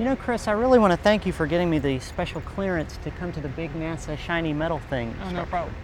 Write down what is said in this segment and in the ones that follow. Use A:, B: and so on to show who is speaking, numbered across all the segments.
A: know, Chris, I really want to thank you for getting me the special clearance to come to the big NASA shiny metal thing.
B: Oh, no problem.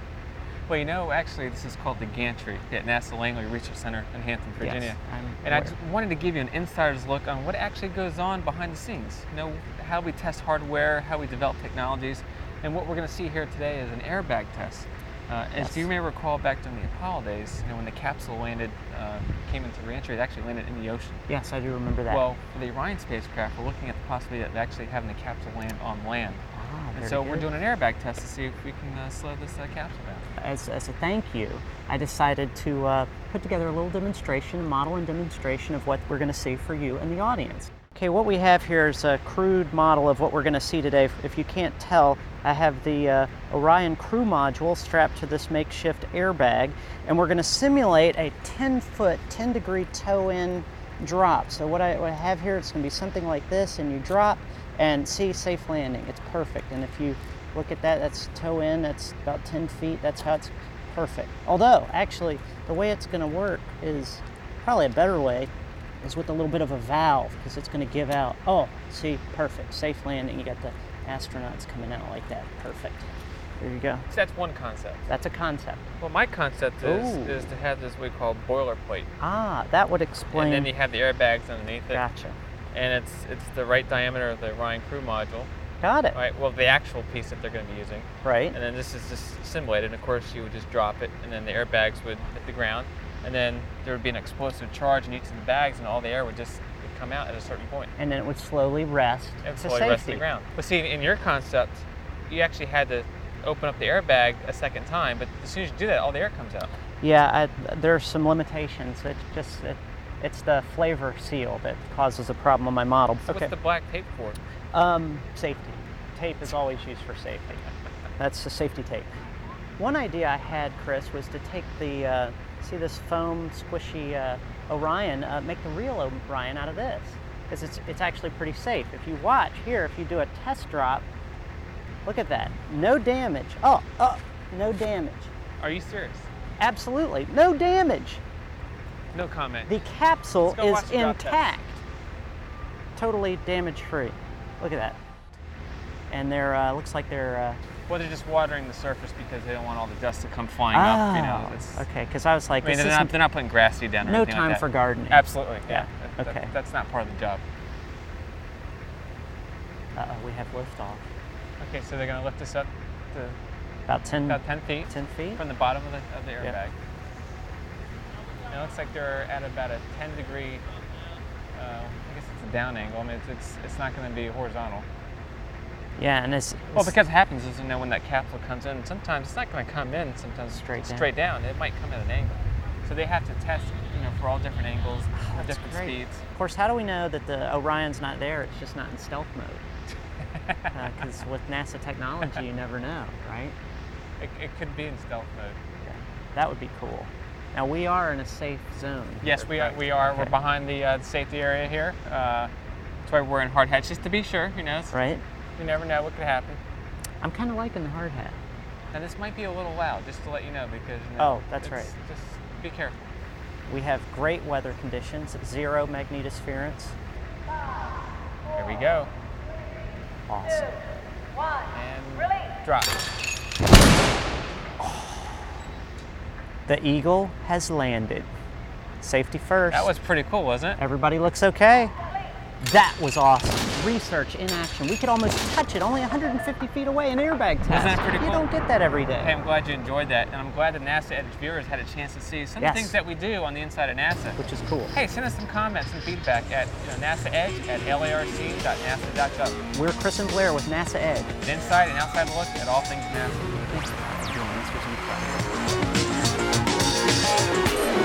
B: Well, you know, actually, this is called the gantry at NASA Langley Research Center in Hampton, Virginia.
A: I'm
B: and I
A: aware.
B: just wanted to give you an insider's look on what actually goes on behind the scenes. You know, how we test hardware, how we develop technologies, and what we're going to see here today is an airbag test. Uh, As
A: Yes.
B: you may recall back during the Apollo days, you know, when the capsule landed, uh, came into reentry, it actually landed in the ocean.
A: Yes, I do remember that.
B: Well, for the Orion spacecraft, we're looking at the possibility of actually having the capsule land on land.
A: Ah,
B: And
A: very
B: so we're
A: good.
B: doing an airbag test to see if we can uh, slow this uh, capsule down.
A: as, as a thank you, I decided to uh, put together a little demonstration, a model and demonstration of what we're going to see for you and the audience. Okay, what we have here is a crude model of what we're going to see today. If you can't tell, I have the uh, Orion crew module strapped to this makeshift airbag, and we're going to simulate a 10 foot, 10 degree toe in drop. So, what I, what I have here, it's going to be something like this, and you drop and see safe landing. It's perfect. And if you Look at that, that's toe in, that's about 10 feet, that's how it's perfect. Although, actually, the way it's gonna work is probably a better way is with a little bit of a valve because it's gonna give out. Oh, see, perfect, safe landing. You got the astronauts coming out like that, perfect. There you go.
B: So that's one concept.
A: That's a concept.
B: Well, my concept is,
A: Ooh.
B: is to have this we call boilerplate,
A: Ah, that would
B: and
A: explain.
B: then you have the airbags underneath it,
A: gotcha.
B: and it's it's the right diameter of the Orion crew module,
A: Got it.
B: right? Well, the actual piece that they're going to be using,
A: Right.
B: and then this is just simulated. And of course, you would just drop it, and then the airbags would hit the ground, and then there would be an explosive charge in each of the bags, and all the air would just would come out at a certain point.
A: And then it would slowly rest
B: and
A: to
B: slowly
A: safety.
B: rest to the ground. But see, in your concept, you actually had to open up the airbag a second time, but as soon as you do that, all the air comes out.
A: Yeah, I, there's some limitations. It's just it, it's the flavor seal that causes a problem on my model.
B: So
A: okay.
B: what's the black tape for?
A: um, safety. Tape is always used for safety. That's the safety tape. One idea I had, Chris, was to take the uh, see this foam squishy uh, Orion, uh, make the real Orion out of this, because it's it's actually pretty safe. If you watch here, if you do a test drop, look at that. No damage. Oh, oh, no damage.
B: Are you serious?
A: Absolutely, no damage.
B: No comment.
A: The capsule
B: Let's go
A: is
B: watch the drop test.
A: intact, totally damage free. Look at that. And they're uh, looks like they're. Uh,
B: well, they're just watering the surface because they don't want all the dust to come flying up. You know, it's,
A: Oh, okay. Because I was like,
B: I mean,
A: this
B: they're
A: isn't-
B: not, they're not putting grass seed down or
A: no
B: anything
A: time
B: like that.
A: for gardening.
B: Absolutely, yeah.
A: Yeah,
B: That- that-
A: okay.
B: that's not part of the job.
A: Uh-oh, we have liftoff.
B: Okay, so they're going to lift this up to
A: About 10,
B: about 10 feet
A: 10 feet.
B: from the bottom of the, of the airbag.
A: Yeah.
B: And It looks like they're at about a 10 degree, uh, I guess it's a down angle. I mean, it's, it's, it's not going to be horizontal.
A: Yeah, and it's,
B: Well,
A: it's-
B: because what happens is, you know, when that capsule comes in, sometimes it's not going to come in. Sometimes
A: Straight down.
B: straight down. It might come at an angle. So they have to test, you know, for all different angles,
A: that's
B: different
A: great.
B: speeds.
A: Of course, how do we know that the Orion's not there? It's just not in stealth mode. Because with NASA technology, you never know, right?
B: It, it could be in stealth mode.
A: Yeah, that would be cool. Now we are in a safe zone.
B: Yes,
A: here,
B: we are.
A: correct?
B: We are. We're
A: Okay.
B: behind the uh, safety area here. Uh, that's why we're wearing hard hats, just to be sure. You know, it's-
A: Right.
B: you never know what could happen.
A: I'm kind of liking the hard hat.
B: Now this might be a little loud, just to let you know, because you know,
A: Oh, that's
B: it's-
A: right.
B: Just be careful.
A: We have great weather conditions, zero magnetosference.
B: There we go.
A: Awesome.
B: And drop.
A: The Eagle has landed. Safety first.
B: That was pretty cool, wasn't it?
A: Everybody looks okay. That was awesome. Research in action. We could almost touch it, only 150 feet away, an airbag test.
B: that pretty
A: You
B: cool?
A: don't get that every day.
B: Hey, I'm glad you enjoyed that, and I'm glad the NASA and its viewers had a chance to see some
A: Yes.
B: things that we do on the inside of NASA.
A: Which is cool.
B: Hey, send us some comments and feedback at you know, NASA Edge at larc.nasa.gov.
A: We're Chris and Blair with NASA Edge.
B: An inside and outside look at all things NASA.
A: Thanks for joining us. This was incredible.